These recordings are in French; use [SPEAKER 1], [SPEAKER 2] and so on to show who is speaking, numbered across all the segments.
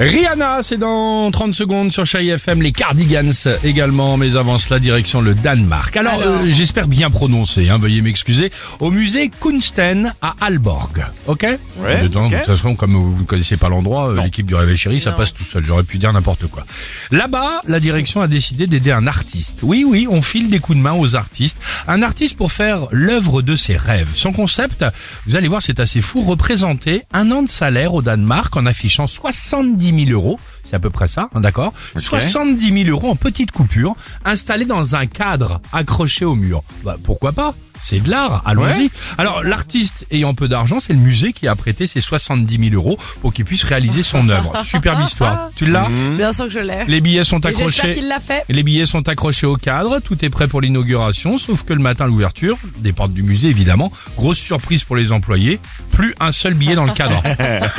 [SPEAKER 1] Rihanna, c'est dans 30 secondes sur Chai FM, les Cardigans également, mais avant cela, direction le Danemark. Alors, euh, j'espère bien prononcer, hein, veuillez m'excuser, au musée Kunsten à Alborg, ok
[SPEAKER 2] Ouais,
[SPEAKER 1] Dedans,
[SPEAKER 2] ok.
[SPEAKER 1] De toute façon, comme vous ne connaissez pas l'endroit, euh, l'équipe du Réveil Chéri, ça passe tout seul, j'aurais pu dire n'importe quoi. Là-bas, la direction a décidé d'aider un artiste. Oui, oui, on file des coups de main aux artistes. Un artiste pour faire l'œuvre de ses rêves. Son concept, vous allez voir, c'est assez fou, représenter un an de salaire au Danemark en affichant 70 000 euros. C'est à peu près ça, hein, d'accord 70 000 euros en petites coupures, installées dans un cadre accroché au mur. Bah, pourquoi pas c'est de l'art, allons-y. Alors l'artiste ayant peu d'argent, c'est le musée qui a prêté ses 70 000 euros pour qu'il puisse réaliser son œuvre. Superbe histoire. Tu l'as
[SPEAKER 3] Bien sûr que je l'ai.
[SPEAKER 1] Les billets sont
[SPEAKER 3] Et j'espère
[SPEAKER 1] accrochés.
[SPEAKER 3] qu'il l'a fait.
[SPEAKER 1] Les billets sont accrochés au cadre, tout est prêt pour l'inauguration, sauf que le matin à l'ouverture, des portes du musée évidemment, grosse surprise pour les employés, plus un seul billet dans le cadre.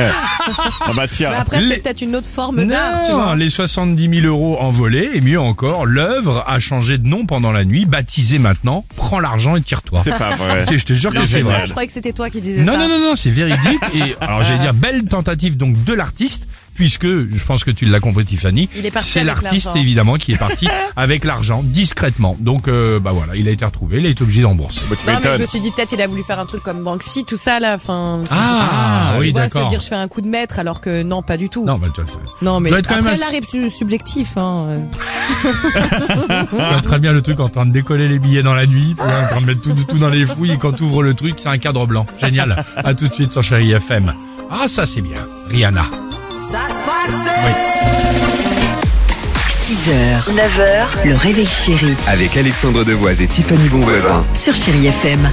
[SPEAKER 2] Ah bah
[SPEAKER 3] Mais
[SPEAKER 2] tiens.
[SPEAKER 3] après,
[SPEAKER 1] Les-
[SPEAKER 3] c'est peut-être une autre forme d'art, tu vois.
[SPEAKER 1] les 70 000 euros envolés, et mieux encore, l'œuvre a changé de nom pendant la nuit, baptisée maintenant, prends l'argent et tire-toi.
[SPEAKER 2] C'est pas vrai.
[SPEAKER 1] C'est- Je te jure que
[SPEAKER 2] Non,
[SPEAKER 1] c'est
[SPEAKER 2] c'est
[SPEAKER 1] vrai.
[SPEAKER 2] vrai.
[SPEAKER 3] Je croyais que c'était toi qui disais
[SPEAKER 1] Non,
[SPEAKER 3] ça.
[SPEAKER 1] non, non, non, c'est véridique. Et alors, j'allais dire, belle tentative donc de l'artiste, puisque je pense que tu l'as compris, Tiffany.
[SPEAKER 3] Il est parti
[SPEAKER 1] C'est
[SPEAKER 3] avec
[SPEAKER 1] l'artiste
[SPEAKER 3] l'argent.
[SPEAKER 1] évidemment qui est parti avec l'argent discrètement. Donc, euh, bah voilà, il a été retrouvé, il a été obligé d'embourser.
[SPEAKER 2] Bah, tu
[SPEAKER 3] Non, mais je
[SPEAKER 2] m'étonnes.
[SPEAKER 3] me suis dit peut-être il a voulu faire un truc comme Banksy, tout ça là, enfin.
[SPEAKER 1] Ah,
[SPEAKER 3] tu
[SPEAKER 1] oui,
[SPEAKER 3] vois, se
[SPEAKER 1] d'accord.
[SPEAKER 3] dire je fais un coup de maître alors que non, pas du tout.
[SPEAKER 1] Non, bah, tu vois,
[SPEAKER 3] Non, mais
[SPEAKER 1] Doit être quand
[SPEAKER 3] après
[SPEAKER 1] même assez-
[SPEAKER 3] l'art est su- subjectif. Hein. euh.
[SPEAKER 1] Je vois très bien le truc en train de décoller les billets dans la nuit, tu vois, en train de mettre tout, tout dans les fouilles et quand tu ouvres le truc, c'est un cadre blanc. Génial. À tout de suite sur Chérie FM. Ah, ça c'est bien. Rihanna.
[SPEAKER 4] 6h, 9h, le réveil chéri
[SPEAKER 5] Avec Alexandre Devoise et Tiffany Bonvoisin.
[SPEAKER 4] sur Chérie FM.